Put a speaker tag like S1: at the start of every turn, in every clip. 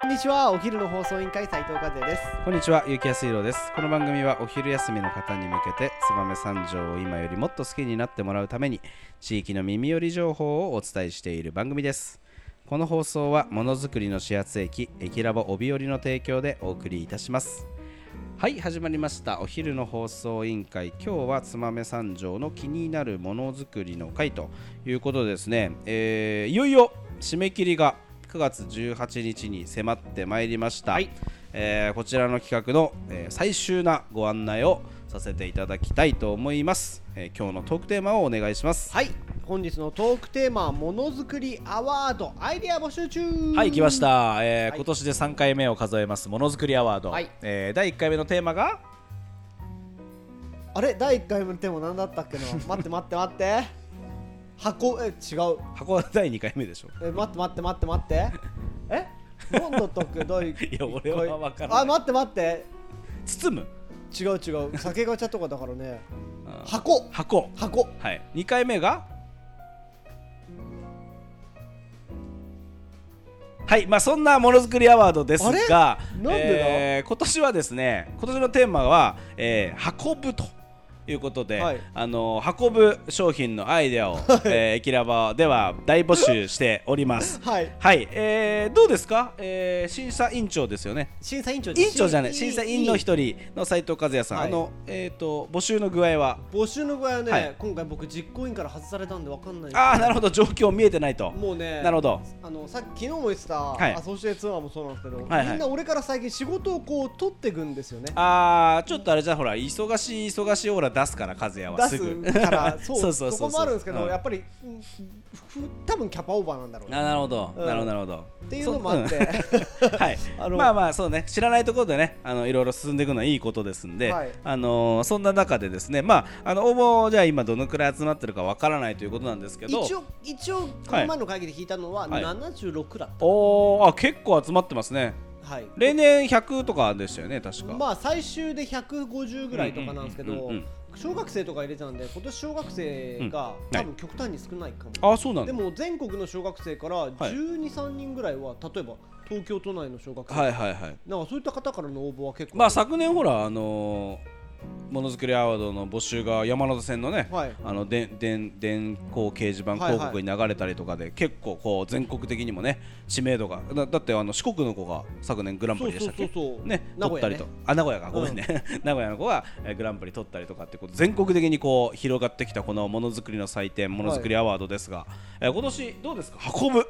S1: こんにちはお昼の放送委員会斉藤和也です
S2: こんにちは、ゆきやすいろうです。この番組はお昼休みの方に向けて、燕三条を今よりもっと好きになってもらうために、地域の耳寄り情報をお伝えしている番組です。この放送は、ものづくりの始発駅、駅ラボ帯寄の提供でお送りいたします。はい、始まりました。お昼の放送委員会、今日は燕三条の気になるものづくりの会ということでですね、えーいよいよ締め切りが9月18日に迫ってまいりました。えーこちらの企画の、えー最終なご案内をさせていただきたいと思います、えー今日のトークテーマをお願いします
S1: はい本日のトークテーマはものづくりアワードアイデア募集中
S3: はい来ました、えー
S1: い
S3: 今年で3回目を数えますものづくりアワード、
S1: はい
S3: えー第1回目のテーマが
S1: あれ第1回目のテーマ何だったっけ な待って待って待って箱え違う
S2: 箱は第2回目でしょ
S1: え待って待って待って待って え何だったっけ第1
S3: いや俺は分からな
S1: あ
S3: い
S1: 待って待って
S2: 包む
S1: 違う違う酒ガチャとかだからね箱
S2: 箱
S1: 箱
S2: はい2回目がはいまあそんなものづくりアワードですが
S1: あれなんでだ
S2: えー今年はですね今年のテーマは、えー運ぶということで、
S1: はい
S2: あのー運ぶ商品のアイ デアを、えー、キラバでは大募集しております
S1: はい
S2: はい、えーどうですか、えー審査委員長ですよね。
S1: 審査委員長で
S2: 委
S1: す
S2: 員長じゃない、
S1: し
S2: 審査委員の一人の斉藤和也さん、
S1: はい
S2: あの、えっ、と、募集の具合は。
S1: 募集の具合はね、
S2: はい
S1: 今回僕実行委員から外されたんでわかんない
S2: ああ、なるほど、状況見えてないと。
S1: もうね
S2: なるほど。
S1: あのさっき昨日も言ってた、
S2: はい
S1: アソシエツアーもそうなんですけど、
S2: はい
S1: みんな俺から最近仕事をこう取っていくんですよね
S2: ああ、ちょっとあれじゃ、ほら、忙しい忙しいオーラ出すから、和也は
S1: 出
S2: すぐ。
S1: すから そう
S2: そ
S1: そう
S2: そうそうそう
S1: こもあるんですけど、
S2: うん
S1: やっぱりうんふ多分キャパオーバーなんだろう
S2: あ
S1: ね
S2: なるほど、
S1: うん
S2: なるほど、なるほど。
S1: っていうのもあって、
S2: そ。うん はい
S1: あの
S2: まあまあそうね知らないところでねあのいろいろ進んでいくのはいいことですんで、
S1: はい
S2: あのーそんな中でですねまああの応募じゃあ今どのくらい集まってるかわからないということなんですけど
S1: 一応一応この前の会議で引いたのは
S2: はい
S1: 76だった、
S2: おーあ結構集まってますね
S1: はい
S2: 例年100とかでしたよね確か、
S1: まあ最終で150ぐらいとかなんですけ
S2: うんうん
S1: ど
S2: うんうん
S1: 小学生とか入れてたんで今年小学生が
S2: うんは
S1: 多
S2: い
S1: 分極端に少ないかも、
S2: あそうなん
S1: で
S2: だ
S1: も全国の小学生から1 2三3人ぐらいは例えば東京都内の小学生、
S2: はいはいはい
S1: なんかそういった方からの応募は結構
S2: まあ昨年ほらあのーものづくりアワードの募集が山手線のね、
S1: はい
S2: あのでんでん電光掲示板
S1: はいはい
S2: 広告に流れたりとかで、結構こう全国的にもね知名度がだだってあの四国の子が昨年グランプ
S1: そう
S2: リで
S1: そ
S2: し
S1: う
S2: たっけ
S1: そうそう
S2: ね、
S1: 名
S2: 取
S1: 古
S2: っ
S1: 屋
S2: た
S1: ね
S2: りと、あ名古屋かごめんね、 名古屋の子がえーグランプリ取ったりとかってこと全国的にこう広がってきたこのものづくりの祭典ものづくりアワードですが、えー今年どうですか運ぶ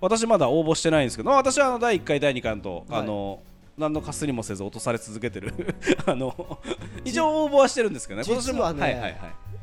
S2: 私まだ応募してないんですけど、まあ私はあの第1回第2回と、
S1: はい
S2: あの何のかすりもせず落とされ続けてる あの一応応募はしてるんですけどね今年も
S1: 実はね
S2: はいはいはい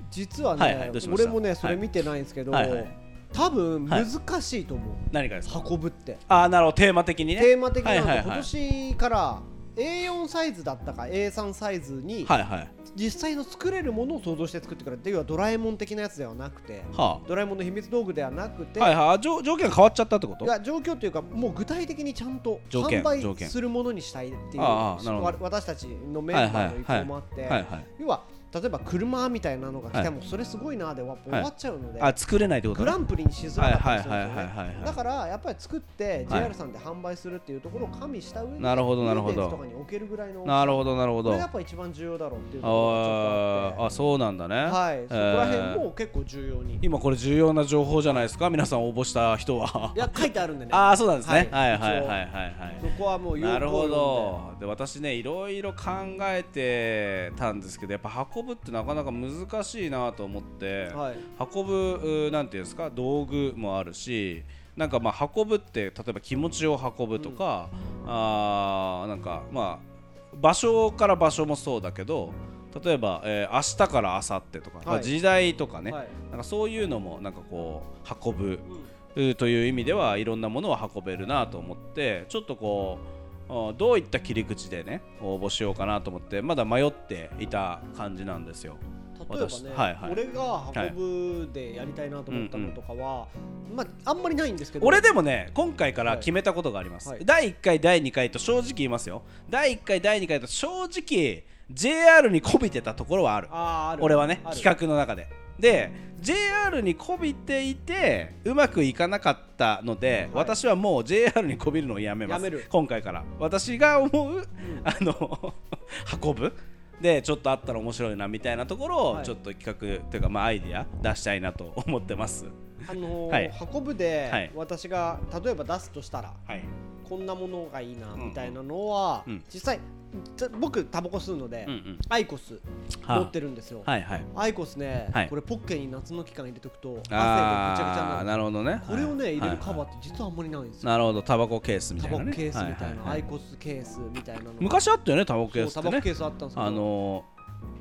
S1: 実はね、
S2: はいはいどうしました
S1: 俺もねそれ見てないんですけど、
S2: はいはい
S1: 多分難しいと思う、
S2: 何かですか
S1: 運ぶって
S2: ああなるほどテーマ的にね
S1: テーマ的なので、
S2: はいはいはい
S1: 今年から A4 サイズだったか A3 サイズに、
S2: はいはい
S1: 実際の作れるものを想像して作ってくれて要はドラえもん的なやつではなくて
S2: は
S1: ドラえもんの秘密道具ではなくて、
S2: あはいはいあ条条件が変わっちゃったってこと
S1: いや状況というかもう具体的にちゃんと
S2: 条件
S1: 販売
S2: 条件
S1: するものにしたいっていう
S2: ああなるほ
S1: わ
S2: ど
S1: 私たちのメンバーの意向もあっ
S2: は
S1: て
S2: いはい
S1: 要は例えば車みたいなのが来
S2: は
S1: て
S2: い
S1: もそれすごいなで終わっちゃうので
S2: あ作れないってこと
S1: グ
S2: ね
S1: ランプリにしづらかったりするんですよ
S2: はいはいはいはいはいは
S1: ね
S2: い
S1: だからやっぱり作って
S2: はい
S1: JR さんで販売するっていうところを加味した上で
S2: なるほどなる
S1: メ
S2: ほど
S1: ンテナンスとかに置けるぐらいの
S2: なるほどなるほ
S1: こ
S2: ど
S1: れがやっぱ一番重要だろうっていうところがちょ
S2: あ
S1: っと
S2: ー
S1: あ
S2: あそうなんだね
S1: ってはいそこら辺
S2: え
S1: も結構重要に
S2: ー今これ重要な情報じゃないですか皆さん応募した人はい
S1: や書いてある んでね
S2: ああそうなんですね、
S1: は
S2: はいい、はいはいはい
S1: そこはも
S2: は
S1: う
S2: い
S1: 有効
S2: なるほ
S1: 論で
S2: どで私ねいろいろ考えてたんですけどやっぱ運ぶってなかなか難しいなと思って、
S1: はい
S2: 運ぶうーなんていうんですか道具もあるしなんかまあ運ぶって例えば気持ちを運ぶとか、あーなんかまあ場所から場所もそうだけど例えば、えー明日から明後日とか、ま
S1: は
S2: あ、
S1: い
S2: 時代とかね、
S1: はい
S2: なんかそういうのもなんかこう運ぶうんという意味ではいろんなものを運べるなと思ってちょっとこううんどういった切り口でね応募しようかなと思ってまだ迷っていた感じなんですよ。
S1: 例えば
S2: 私
S1: ね、
S2: はいはい
S1: 俺が運ぶでやりたいなと思ったのとかは、まああんまりないんですけど
S2: 俺でもね今回から決めたことがあります、
S1: はい
S2: 第1回第2回と正直言いますよ第1回第2回と正直 JR にこびてたところはある
S1: あーある
S2: 俺はね
S1: ある
S2: 企画の中でで JR にこびていてうまくいかなかったので、
S1: はい
S2: 私はもう JR にこびるのをやめます
S1: やめる
S2: 今回から私が思う、あの 運ぶでちょっとあったら面白いなみたいなところを、
S1: はい
S2: ちょっと企画というか、まあ、アイディア出したいなと思ってます。
S1: あのー
S2: はい
S1: 運ぶで、
S2: はい
S1: 私が例えば出すとしたら
S2: はい、
S1: こんなものがいいな
S2: うん
S1: みたいなのは、
S2: うん
S1: 実際ちょ僕タバコ吸うので、
S2: うんうん
S1: アイコス
S2: はあ
S1: 持ってるんですよ、
S2: はいはい
S1: アイコスね、
S2: はい
S1: これポッケに夏の期間入れとくと汗がぐちゃぐちゃにな
S2: ああー
S1: る
S2: なるほどね
S1: これをね、
S2: は
S1: 入
S2: い
S1: れる
S2: はい
S1: カバーって実はあんまりないんですよ、
S2: なるほどタバコケースみた
S1: タ
S2: い
S1: バ
S2: な、
S1: コ
S2: ね、
S1: ケースみたいな、
S2: ははは
S1: アイコスケースみたいなのが
S2: 昔あったよねタバコケース
S1: そ
S2: っ
S1: うタバ
S2: て
S1: コ
S2: ね
S1: ケースあったんですけど
S2: あのー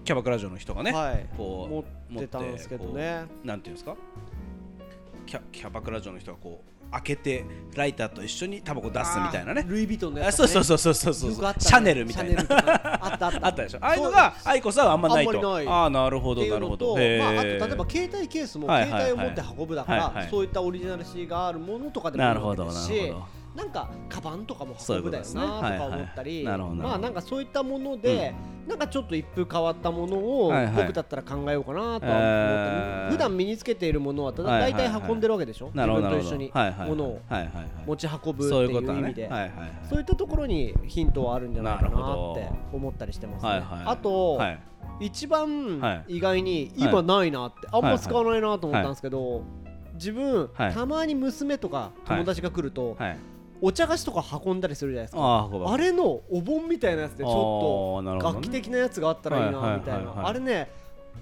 S2: キャバクラ嬢の人がね、
S1: はい
S2: こう
S1: 持ってたんですけど
S2: 持って
S1: ね
S2: こうなんていうんですかキャキャバクラ嬢の人がこう開けてライターと一緒にタバコ出すみたいな
S1: あ
S2: ね
S1: ールイ・ヴィトンのや
S2: あ
S1: つ
S2: そうそう
S1: う
S2: そうそうそうそう
S1: よくあったね
S2: シャネルみたいな
S1: シャネルとかあったあった
S2: あったでしょああいうのがアイコスはあんまないと
S1: あんまりない
S2: ああなるほ
S1: って
S2: ど
S1: い
S2: な
S1: う
S2: るほ
S1: の
S2: ど
S1: と、
S2: へー
S1: まあ、あと例えば携帯ケースも
S2: はいはいはい
S1: 携帯を持って運ぶだから、
S2: はいはい
S1: そういったオリジナル性があるものとかでもいい
S2: なるほど
S1: わけです
S2: な
S1: し
S2: るほ
S1: なんかカバンとかも
S2: そうい
S1: 運
S2: うこ
S1: ぶだ
S2: とで
S1: よ
S2: すね
S1: なとか
S2: はい
S1: 思
S2: はい
S1: ったり
S2: なるほどなるほ
S1: まあ
S2: ど
S1: なんかそういったもので、なんかちょっと一風変わったものを、
S2: はいはい
S1: 僕だったら考えようかなとは思って、
S2: えー
S1: 普段身につけているものはただ
S2: はいはい
S1: 大
S2: はい
S1: 体運んでるわけでしょ、
S2: なるほどなるほ
S1: 自
S2: ど
S1: 分と
S2: はい
S1: 一緒にも
S2: はいはい
S1: のを
S2: はいはいはい
S1: 持ち運ぶって
S2: そういう
S1: い
S2: こと
S1: う
S2: は
S1: 意
S2: ね
S1: 味で。
S2: はいはいはい
S1: そういったところにヒントはあるんじゃないか
S2: なる
S1: な
S2: ほ
S1: っ
S2: ど
S1: て思ったりしてますね。
S2: はいはい
S1: あと、
S2: はい
S1: 一
S2: は
S1: 番意外に
S2: はい
S1: 今ないなって、あんま使わないなと思ったんですけど、自分、
S2: はい
S1: たまに娘とか友達が来ると、
S2: はい
S1: お茶菓子とか運んだりするじゃないですか
S2: あー運ぶ
S1: あれのお盆みたいなやつでちょ
S2: あーな
S1: っ
S2: る
S1: と
S2: ほど
S1: 楽
S2: ね
S1: 器的なやつがあったらいい
S2: はいはい
S1: なみたい
S2: はいはい
S1: なあれね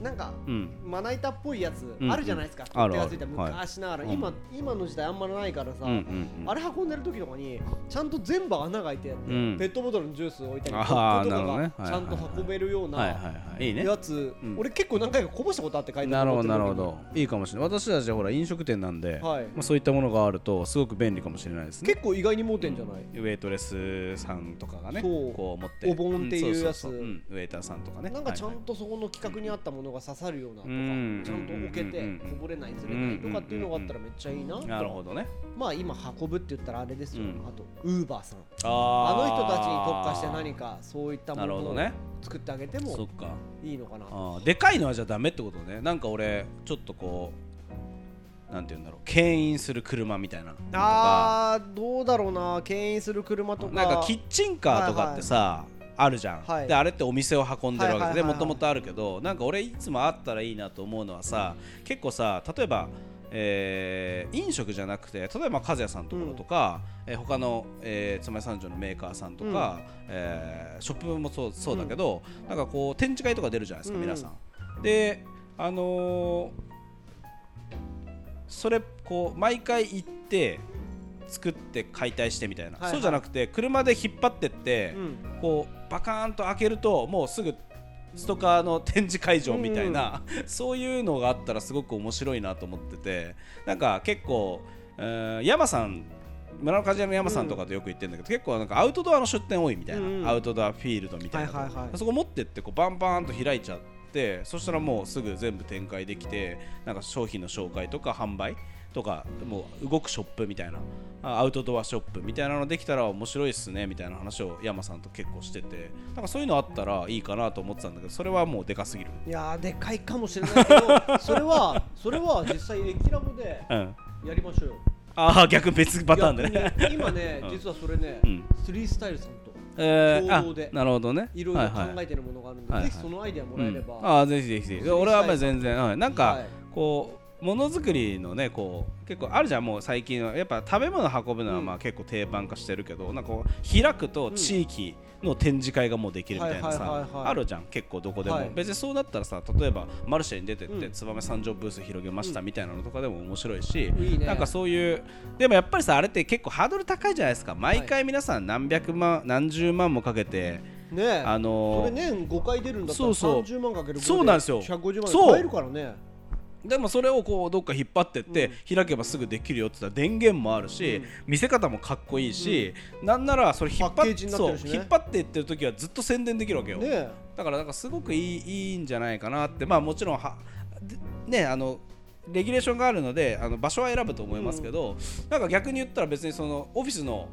S1: なんか
S2: うん
S1: まな板っぽいやつ
S2: うん
S1: あるじゃないですか、
S2: ある
S1: 手がついた
S2: あるはい
S1: 昔ながら、
S2: うん
S1: 今今の時代あんまないからさ、
S2: うんうんうん
S1: あれ運んでる時とかにちゃんと全部穴が開いてやって、
S2: うん
S1: ペットボトルのジュース置いたりコ
S2: あー
S1: ップとか
S2: なる
S1: が
S2: ほどね
S1: ちゃんと運べるよう
S2: はい
S1: な
S2: はいはいいいね
S1: やつ、
S2: うん
S1: 俺結構何回かこぼしたことあって書いて
S2: な
S1: あ
S2: る
S1: る
S2: ほどなる
S1: 持っ
S2: ほ
S1: て時に
S2: どいいかもしれない私たちはほら飲食店なん
S1: は
S2: で、
S1: い
S2: まあ、そういったものがあるとすごく便利かもしれないですね
S1: 結構意外に盲点じゃない、
S2: ウェイトレスさんとかがね
S1: そう
S2: こう持って
S1: お盆っていうん
S2: そそ
S1: やつ
S2: そうんウェイターさんとかね
S1: なんかちゃ
S2: はい
S1: んとそこの企画に合ったものが刺さるようなとか、
S2: うん
S1: ちゃんと置け
S2: う
S1: て
S2: ん
S1: こぼれないずれないとかっていうのがあったらめっちゃいいなと
S2: はいなるほどね
S1: まあ今運ぶって言ったらあれですよ、
S2: うん
S1: あとウーバーさんあの
S2: あ
S1: 人たちに特化して
S2: に
S1: 何かそういった
S2: な
S1: も
S2: る
S1: の
S2: ほど
S1: を
S2: ね
S1: 作ってあげて
S2: そ
S1: も
S2: っか
S1: いいのかな
S2: あーでかいのはじゃあダメってことねなんか俺ちょっとこうなんて言うんだろう牽引する車みたいなのとか
S1: あーどうだろうな牽引する車とか
S2: なんかキッチンカーとかってさ、あるじゃん、
S1: はい
S2: であれってお店を運んで
S1: はい
S2: るわけ
S1: はいはい
S2: で
S1: はい
S2: もともとあるけどなんか俺いつもあったらいいなと思うのはさ結構さ例えば、えー飲食じゃなくて例えば和也さんのところとか、えー他の、えー、妻三条のメーカーさんとか、えーショップもそうそうだけど、なんかこう展示会とか出るじゃないですか、
S1: うんうん
S2: 皆さん。であのーそれこう毎回行って作って解体してみたいな、
S1: はいはい
S2: そうじゃなくて車で引っ張ってって、
S1: うん
S2: こうバカーンと開けるともうすぐストカーの展示会場みたいな、 そういうのがあったらすごく面白いなと思っててなんか結構、えー山さん村の鍛冶屋の山さんとかとよく行ってるんだけど、結構なんかアウトドアの出店多いみたいな、
S1: うん
S2: アウトドアフィールドみたいなとこ、
S1: はいはいはい
S2: そこ持ってってこうバンバンと開いちゃってそしたらもうすぐ全部展開できてなんか商品の紹介とか販売とかもう動くショップみたいなあアウトドアショップみたいなのできたら面白いっすねみたいな話を山さんと結構しててなんかそういうのあったらいいかなと思ってたんだけどそれはもうでかすぎる。
S1: いやーでかいかもしれないけどそれはそれは実際駅ラボで
S2: うん、
S1: やりましょうよ
S2: ああ逆別パターンでね。
S1: いや今ね、
S2: うん
S1: 実はそれね、
S2: うん
S1: スリースタイルさんと
S2: えー、
S1: 共同で
S2: あなるほどね。
S1: いろいろ考
S2: はいはい
S1: えてるものがあるんで、
S2: はいはい
S1: ぜひそのアイデアもらえれば、
S2: うん、ああぜひぜひぜひ俺はまあ全然、うん、なんか、
S1: はい
S2: こうものづくりのねこう結構あるじゃんもう最近はやっぱ食べ物運ぶのは
S1: うん
S2: まあ結構定番化してるけど、なんかこう開くと地域の展示会がもうできるみた
S1: はい
S2: いな
S1: はい
S2: さ
S1: はいはい
S2: あるじゃん結構どこでも、
S1: はい
S2: 別にそうなったらさ例えばマルシェに出てって
S1: うん
S2: 燕三条ブース広げましたみたいなのとかでも面白いし、
S1: いいね
S2: なんかそういうでもやっぱりさあれって結構ハードル高いじゃないですか毎回皆さん何百万、何十万もかけて、
S1: ねえ
S2: あのー
S1: それ年5回出るんだったら
S2: そうそう
S1: 30万かける
S2: そうなんですよ
S1: 150万
S2: そう
S1: 超えるからね
S2: でもそれをこうどっか引っ張ってって、開けばすぐできるよって言ったら電源もあるし、
S1: うん
S2: 見せ方もかっこいいし、なんならそれ引っ
S1: パッ
S2: 張
S1: ケ
S2: っ
S1: ージになってるしね
S2: そう引っ張っていってる時はずっと宣伝できるわけよ、
S1: ねえ
S2: だからなんかすごくいいいいんじゃないかなってまあもちろんはでねあのレギュレーションがあるのであの場所は選ぶと思いますけど、なんか逆に言ったら別にそのオフィスの、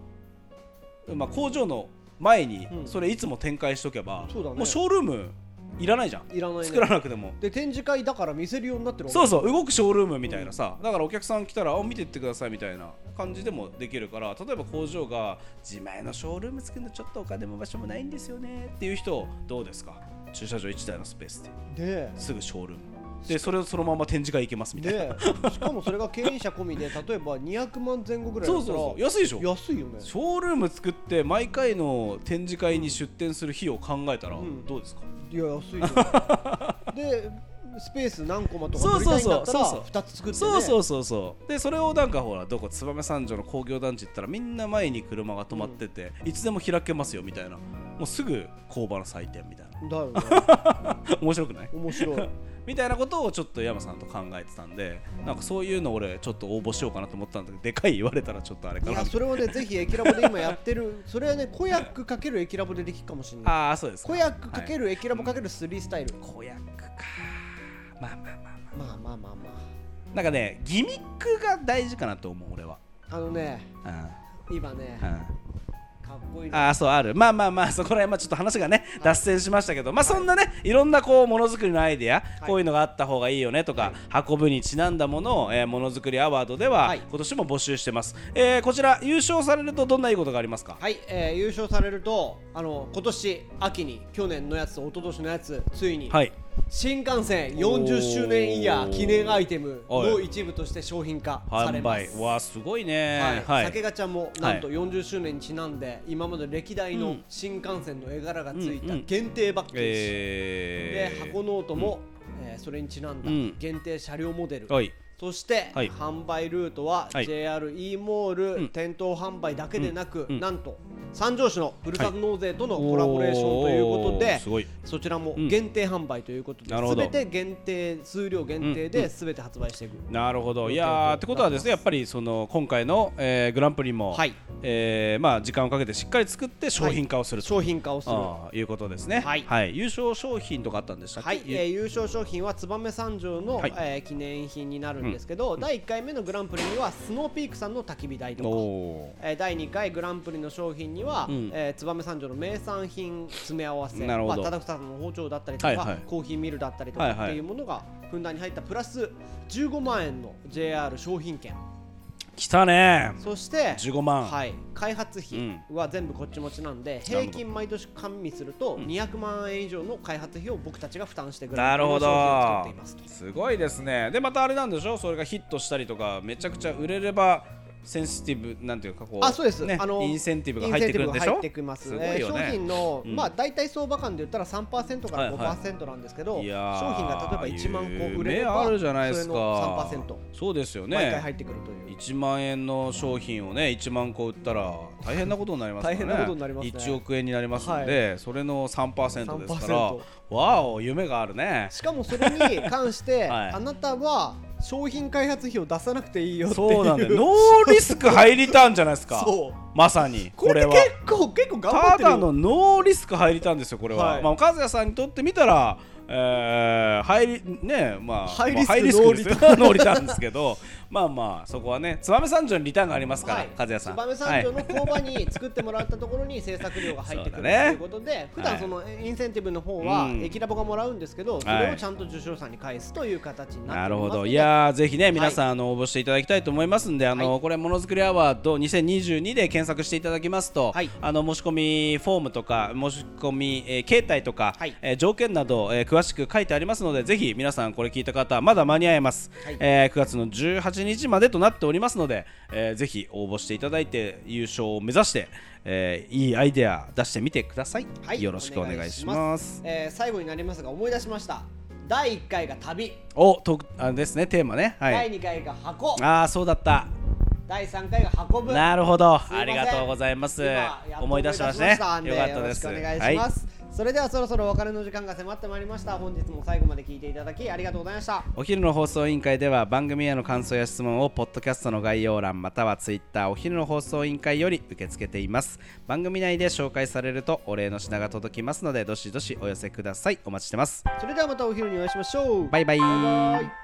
S2: まあ、工場の前に
S1: うん
S2: それいつも展開しとけば、
S1: そうだね
S2: もうショールームいらないじゃん
S1: いらないね
S2: 作らなくても
S1: で展示会だから見せるようになってる
S2: そう
S1: そ
S2: そう動くショールームみたいなさ、だからお客さん来たらあ見てってくださいみたいな感じでもできるから例えば工場が自前のショールーム作るのちょっとお金も場所もないんですよねっていう人どうですか駐車場1台のスペースで
S1: うです
S2: ぐショールームでそれをそのまま展示会行けますみたいな、
S1: で しかもそれが経営者込みで例えば200万前後ぐらいだ
S2: そう
S1: った
S2: そう
S1: ら
S2: そう安いでしょ
S1: 安いよね
S2: ショールーム作って毎回の展示会に出店する費用を考えたら
S1: ん
S2: どうですか、
S1: いや安 いよでスペース何コマとか
S2: そう
S1: 取り
S2: そ
S1: た
S2: う
S1: いんだ
S2: そ
S1: っ
S2: う
S1: たら
S2: そうそう
S1: 2つ作って、ね、
S2: そうそうそうそうでそれをなんかほらどこ燕三条の工業団地行ったらみんな前に車が止まってて、いつでも開けますよみたいなもうすぐ工場の祭典みたいな
S1: だよね
S2: 面白くない
S1: 面白 い
S2: みたいなことをちょっと山さんと考えてたんでなんかそういうの俺ちょっと応募しようかなと思ったんだけどでかい言われたらちょっとあれか
S1: い
S2: な
S1: やそれはねぜひ駅ラボで今やって るそれはねコヤックかける駅ラボでできるかもしれない
S2: ああそうです
S1: コヤックかけ
S2: る、
S1: る駅ラボかけるスリースタイル、
S2: はい、子役かまあまあまあま
S1: まあまあまあま
S2: あなんかねギミックが大事かなと思う俺は
S1: ああのね
S2: うん
S1: 今ね
S2: うん
S1: かっこいいね
S2: ああそうあるまあまあまあ そこら辺まあちょっと話がね脱線しましたけどまあそんなねいろんなこうものづくりのアイデア
S1: い
S2: こういうのがあった方がいいよねとか運ぶにちなんだものをえーものづくりアワードでは
S1: はい
S2: 今年も募集してますえーこちら優勝されるとどんないいことがありますか
S1: はい、えー優勝されるとあの今年秋に去年のやつと一昨年のやつついに、
S2: はい
S1: 新幹線40周年イヤー記念アイテムの一部として商品化され
S2: 販
S1: ま
S2: 売
S1: す
S2: わあすごい
S1: はい
S2: ねはい
S1: 酒ガチャもなんと40周年にちなんで、今まで歴代
S2: う
S1: の
S2: ん
S1: 新幹線の絵柄がつい
S2: うんう
S1: た
S2: ん
S1: 限定バッケージ、
S2: え
S1: で
S2: ー
S1: 箱ノートも、えーそれにちなんだ
S2: うん
S1: 限定車両モデル、
S2: はい
S1: そして、
S2: はい
S1: 販売ルートは
S2: はい
S1: JRE モール、
S2: うん
S1: 店頭販売だけでなく、
S2: うんうん
S1: なんと三条市のふるさと納税とのコラボレーションということ
S2: おー
S1: です
S2: ごい
S1: そちらも
S2: うん
S1: 限定販売ということで、
S2: なるほ
S1: す
S2: ど
S1: べて限定数量限定
S2: うんう
S1: で
S2: ん
S1: すべて発売していく、
S2: なるほどい
S1: 予定
S2: やー
S1: と
S2: ってことはですねやっぱりその今回のえーグランプリも
S1: はい
S2: えーまあ時間をかけてしっかり作って商品化をすると
S1: 商品化をする
S2: ああいうことですね、
S1: はい
S2: 優勝賞品とかあったんでしたっけ
S1: はい、えー優勝賞品は燕三条の、
S2: はい
S1: えー記念品になるんですけど、第1回目のグランプリにはスノーピークさんの焚き火台とか、
S2: お
S1: えー第2回グランプリの商品には、
S2: うん
S1: えー燕三条の名産品詰め合わせ
S2: なるほ
S1: ま
S2: ど
S1: あ、ただふたの包丁だったりとか、
S2: はいはい
S1: コーヒーミルだったりとか、
S2: はいはい
S1: っていうものがふんだんに入ったプラス15万円の JR 商品券
S2: きたね
S1: そして
S2: 15万
S1: はい、開発費は全部こっち持ちなんで、
S2: なる
S1: 平
S2: ほど
S1: 均毎年加味すると200万円以上の開発費を僕たちが負担してグラ
S2: な
S1: ンプ
S2: る
S1: リの
S2: ほ
S1: 商品を作っ
S2: ど
S1: ていますと。
S2: すごいですねでまたあれなんでしょそれがヒットしたりとかめちゃくちゃ売れればセンシティブなんていうかこう
S1: あそうです、
S2: ね
S1: あの
S2: インセンティブが入ってくるんでし
S1: イ
S2: ょ
S1: ンセンティブが入ってきます
S2: すごいよ
S1: えー商
S2: ね
S1: 品の、
S2: うん
S1: まあ大体相場間で言ったら3%から
S2: はいはい
S1: 5%なんですけど、
S2: いやー
S1: 商品が例えば1万個売れれば
S2: 夢あるじゃないです
S1: それの
S2: か
S1: 3%
S2: そうですよ
S1: 毎回入
S2: ね
S1: ってくるという、
S2: 1万円の商品をね1万個売ったら大変なことになりますからね
S1: 大変なことになりますね
S2: 1億円になりますんで、それの3%ですから
S1: 3%
S2: わお夢があるね
S1: しかもそれに関して、
S2: はい
S1: あなたは商品開発費を出さなくていいよっていう
S2: そうなん だよノーリスク入りたんじゃないですか
S1: そう
S2: まさに
S1: こ
S2: こ
S1: れ
S2: れ
S1: って
S2: は
S1: 結構結構頑張ったてるよ
S2: だのノーリスク入りたんですよこれは、
S1: はい
S2: まあ和也さんにとってみたらえー、入りねまあ
S1: ハイ
S2: まあ
S1: リスク
S2: ハイリスクですよ ノーリターンですけどまあまあそこはね燕三条にリターンがありますから、和也さん
S1: 燕三条
S2: はい
S1: の工場に作ってもらったところに制作料が入ってく
S2: そ
S1: ると
S2: うだね
S1: いうことで、普段そのインセンティブの方は
S2: うん
S1: 駅ラボがもらうんですけど、それをちゃんと受賞者に返すという形にな
S2: な
S1: って
S2: る
S1: おり
S2: ほ
S1: ますの
S2: ど
S1: で
S2: いやーぜひね皆さん、あの応募していただきたいと思いますんであの、
S1: はい
S2: これ「ものづくりアワード2022」で検索していただきますと、
S1: はい
S2: あの申し込みフォームとか申し込み、えー形態とか、
S1: はい
S2: えー条件など、えー詳しく書いてありますのでぜひ皆さんこれ聞いた方まだ間に合います、
S1: はい
S2: えー9月の18日までとなっておりますので、えーぜひ応募していただいて優勝を目指して、えーいいアイデア出してみてください、
S1: はい
S2: よろしくお願いします。
S1: えー最後になりますが思い出しました第1回が旅、
S2: おとあですねテーマねはい
S1: 第2回が箱
S2: ああそうだった
S1: 第3回が運ぶ
S2: なるほど、
S1: すいません
S2: ありがとうございます
S1: 今やっ。と
S2: 思い出しましたね。よか
S1: んで
S2: ったです。
S1: よろしくお願いしま
S2: はい
S1: す、それではそろそろお別れの時間が迫ってまいりました本日も最後まで聞いていただきありがとうございました
S4: お昼の放送委員会では番組への感想や質問をポッドキャストの概要欄またはツイッターお昼の放送委員会より受け付けています番組内で紹介されるとお礼の品が届きますのでどしどしお寄せくださいお待ちしてます
S1: それではまたお昼にお会いしましょう
S4: バイバイ
S1: バイバイ